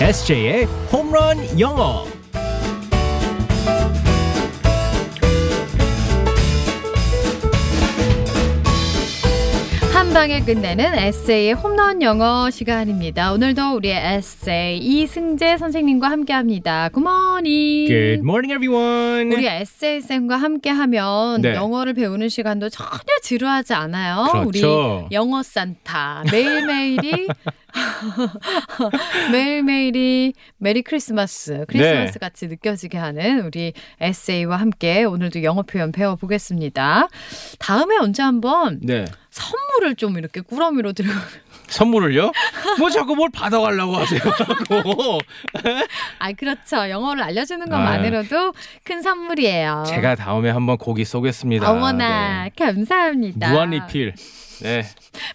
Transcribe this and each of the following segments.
SJ의 홈런 영어. 한 방에 끝내는 에세이의 홈런 영어 시간입니다. 오늘도 우리의 에세이 이승재 선생님과 함께합니다. 굿모닝. Good morning, everyone. 우리 에세이 쌤과 함께하면 네. 영어를 배우는 시간도 전혀 지루하지 않아요. 우리 그렇죠. 영어 산타 매일매일이 매일매일이 메리 크리스마스 크리스마스 네. 같이 느껴지게 하는 우리 에세이와 함께 오늘도 영어 표현 배워보겠습니다. 다음에 언제 한번 네. 선물을 좀 이렇게 꾸러미로 들고 선물을요? 뭐 자꾸 뭘 받아가려고 하세요? 자꾸. 아 그렇죠 영어를 알려주는 아유. 것만으로도 큰 선물이에요. 어. 제가 다음에 한번 고기 쏘겠습니다. 어머나 네. 감사합니다. 무한 리필. 네.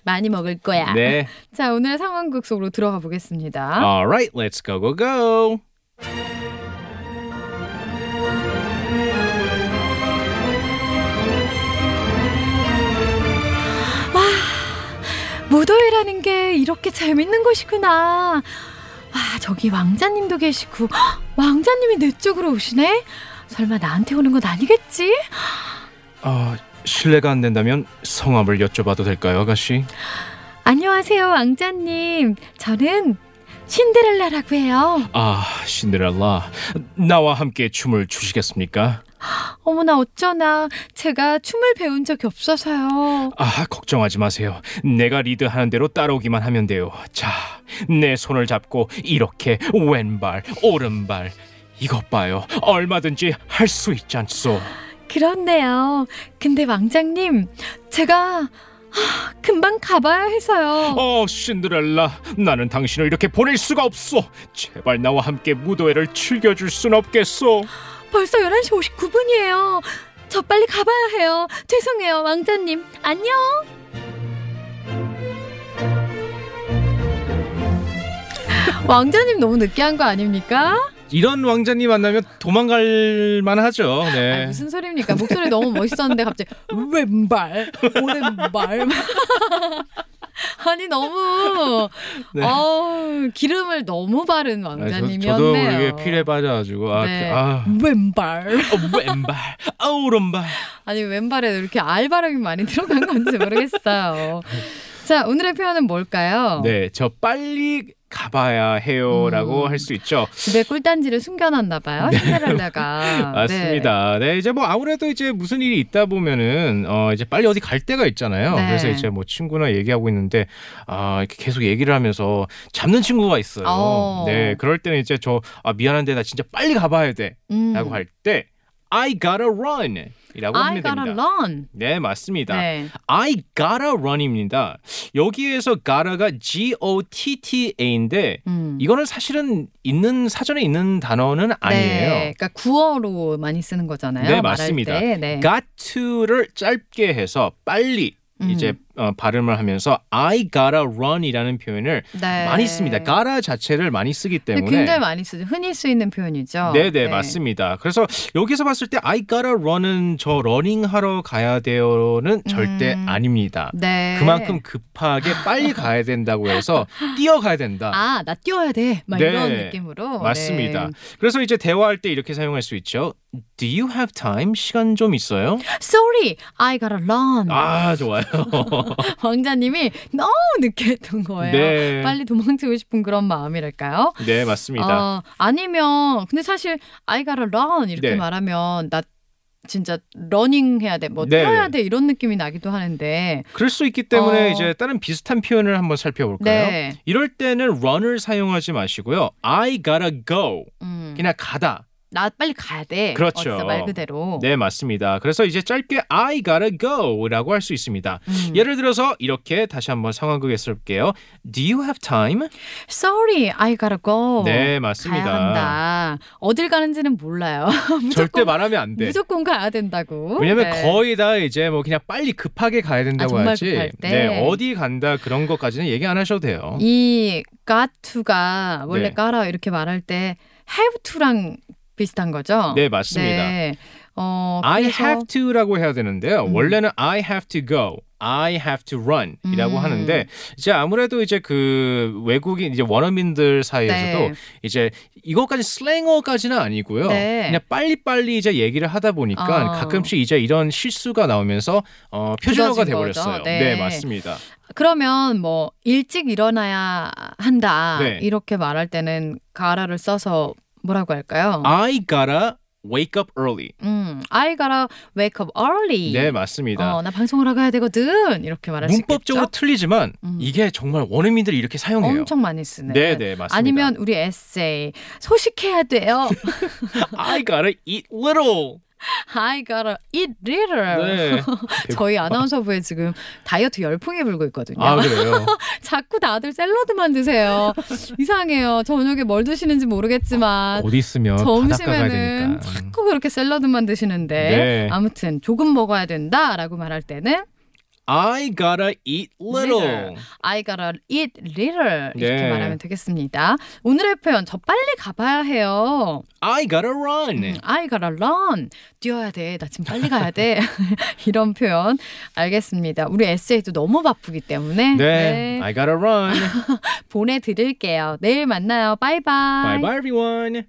많이 먹을 거야. 네. 아. 자 오늘 상황극 속으로 들어가 보겠습니다. Alright, let's go, go, go. 무더위라는 게 이렇게 재밌는 곳이구나. 와 저기 왕자님도 계시고 헉, 왕자님이 내 쪽으로 오시네. 설마 나한테 오는 건 아니겠지? 아, 실례가 안 된다면 성함을 여쭤봐도 될까요, 아가씨? 안녕하세요 왕자님. 저는 신데렐라라고 해요. 아, 신데렐라. 나와 함께 춤을 추시겠습니까? 어머나 어쩌나 제가 춤을 배운 적이 없어서요. 아, 걱정하지 마세요. 내가 리드하는 대로 따라오기만 하면 돼요. 자, 내 손을 잡고 이렇게 왼발, 오른발 이것 봐요. 얼마든지 할 수 있지 않소? 그렇네요. 근데 왕장님 제가 하, 금방 가봐야 해서요. 어, 신데렐라. 나는 당신을 이렇게 보낼 수가 없소. 제발 나와 함께 무도회를 즐겨 줄 순 없겠소? 벌써 11시 59분이에요. 저 빨리 가봐야 해요. 죄송해요 왕자님. 안녕. 왕자님 너무 느끼한 거 아닙니까? 이런 왕자님 만나면 도망갈 만하죠. 네. 아니, 무슨 소리입니까? 목소리 너무 멋있었는데 갑자기 왼발, 오른발. 아니 너무 네. 아, 어우, 기름을 너무 바른 왕자님이었네요. 저도 이게 필에 빠져가지고 아, 네. 아. 왼발. 어, 왼발, 아, 오른발. 아니 왼발에 이렇게 알 발음이 많이 들어간 건지 모르겠어요. 자 오늘의 표현은 뭘까요? 네, 저 빨리 가봐야 해요라고 음. 할 수 있죠. 집에 꿀단지를 숨겨놨나 봐요. 신데렐라가. 네. 맞습니다. 네. 이제 뭐 아무래도 이제 무슨 일이 있다 보면은 어 이제 빨리 어디 갈 데가 있잖아요. 네. 그래서 이제 뭐 친구나 얘기하고 있는데 아 이렇게 계속 얘기를 하면서 잡는 친구가 있어요. 어. 네, 그럴 때는 이제 저 아, 미안한데 나 진짜 빨리 가봐야 돼라고 네. 음. 할 때 I gotta run이라고 I 하면 gotta 됩니다. run. 네, 맞습니다. 네. I gotta run입니다. 여기에서 gotta가 G-O-T-T-A인데 음. 이거는 사실은 있는 사전에 있는 단어는 아니에요. 네, 그러니까 구어로 많이 쓰는 거잖아요. 네, 말할 맞습니다. 그러니까 때. 네. got to를 짧게 해서 빨리 음. 이제 어, 발음을 하면서 I gotta run이라는 표현을 네. 많이 씁니다. gotta 자체를 많이 쓰기 근데 때문에 굉장히 많이 쓰죠. 흔히 쓰이는 표현이죠. 네네 맞습니다. 그래서 여기서 봤을 때 I gotta run은 저 러닝 하러 가야 돼요는 절대 음. 아닙니다. 네. 그만큼 급하게 빨리 가야 된다고 해서 뛰어가야 된다. 아, 나 뛰어야 돼. 막 네. 이런 느낌으로. 맞습니다. 네. 그래서 이제 대화할 때 이렇게 사용할 수 있죠. Do you have time? 시간 좀 있어요? Sorry, I gotta run. 아 좋아요. 왕자님이 너무 늦게 했던 거예요. 네. 빨리 도망치고 싶은 그런 마음이랄까요? 네 맞습니다. 어, 아니면 근데 사실 I gotta run 이렇게 네. 말하면 나 진짜 러닝 해야 돼, 뭐 네. 뛰어야 돼 이런 느낌이 나기도 하는데. 그럴 수 있기 때문에 어. 이제 다른 비슷한 표현을 한번 살펴볼까요? 네. 이럴 때는 run을 사용하지 마시고요. I gotta go. 음. 그냥 가다. 나 빨리 가야 돼. 그렇죠. 어, 진짜 말 그대로. 네 맞습니다. 그래서 이제 짧게 I gotta go라고 할 수 있습니다. 음. 예를 들어서 이렇게 다시 한번 상황극에 쓸게요. Do you have time? Sorry, I gotta go. 네 어. 가야 맞습니다. 한다. 어딜 가는지는 몰라요. 무조건, 절대 말하면 안 돼. 무조건 가야 된다고. 네. 왜냐면 네. 아, 거의 다 이제 뭐 그냥 빨리 급하게 가야 된다고 정말 하지. 급할 때. 네, 어디 간다 그런 것까지는 얘기 안 하셔도 돼요. 이 got to가 원래 네. 가 gotta 이렇게 말할 때 have to랑 비슷한 거죠? 네, 맞습니다. 어. 네. 어, I 그래서- have to라고 해야 되는데요. 음. 원래는 I have to go, I have to run이라고 음. 하는데 이제 아무래도 이제 그 외국인 이제 원어민들 사이에서도 네. 이제 이것까지 슬랭어까지는 아니고요. 네. 그냥 빨리빨리 이제 얘기를 하다 보니까 어. 가끔씩 이제 이런 실수가 나오면서 어, 표준어가 굳어진 돼 거죠. 버렸어요. 네. 네. 맞습니다. 그러면 뭐 일찍 일어나야 한다 네. 이렇게 말할 때는 가라를 써서 뭐라고 할까요? I gotta wake up early. 음, I gotta wake up early. 네, 맞습니다. 어, 나 방송을 하고 가야 되거든 이렇게 말할 문법적으로 수 있겠죠. 틀리지만 음. 이게 정말 원어민들이 이렇게 사용해요. 엄청 많이 쓰는. 네, 네, 맞습니다. 아니면 우리 에세이 소식해야 돼요. I gotta eat little. I gotta eat little. 네. 저희 아나운서부에 지금 다이어트 열풍이 불고 있거든요. 아 그래요. 자꾸 다들 샐러드만 드세요. 이상해요. 저녁에 뭘 드시는지 모르겠지만 곧 있으면 아, 바닷가 가야 아, 점심에는 되니까. 음. 자꾸 그렇게 샐러드만 드시는데 네. 아무튼 조금 먹어야 된다라고 말할 때는 I gotta eat 네. little. I gotta eat little 이렇게 네. 말하면 되겠습니다. 오늘의 표현 저 빨리 가봐야 해요. I gotta run. 음, I gotta run 뛰어야 돼. 나 지금 빨리 가야 돼. 이런 표현 알겠습니다. 우리 에세이도 너무 바쁘기 때문에 네. I gotta run. 보내드릴게요. 내일 만나요. 바이바이. 아, bye bye everyone.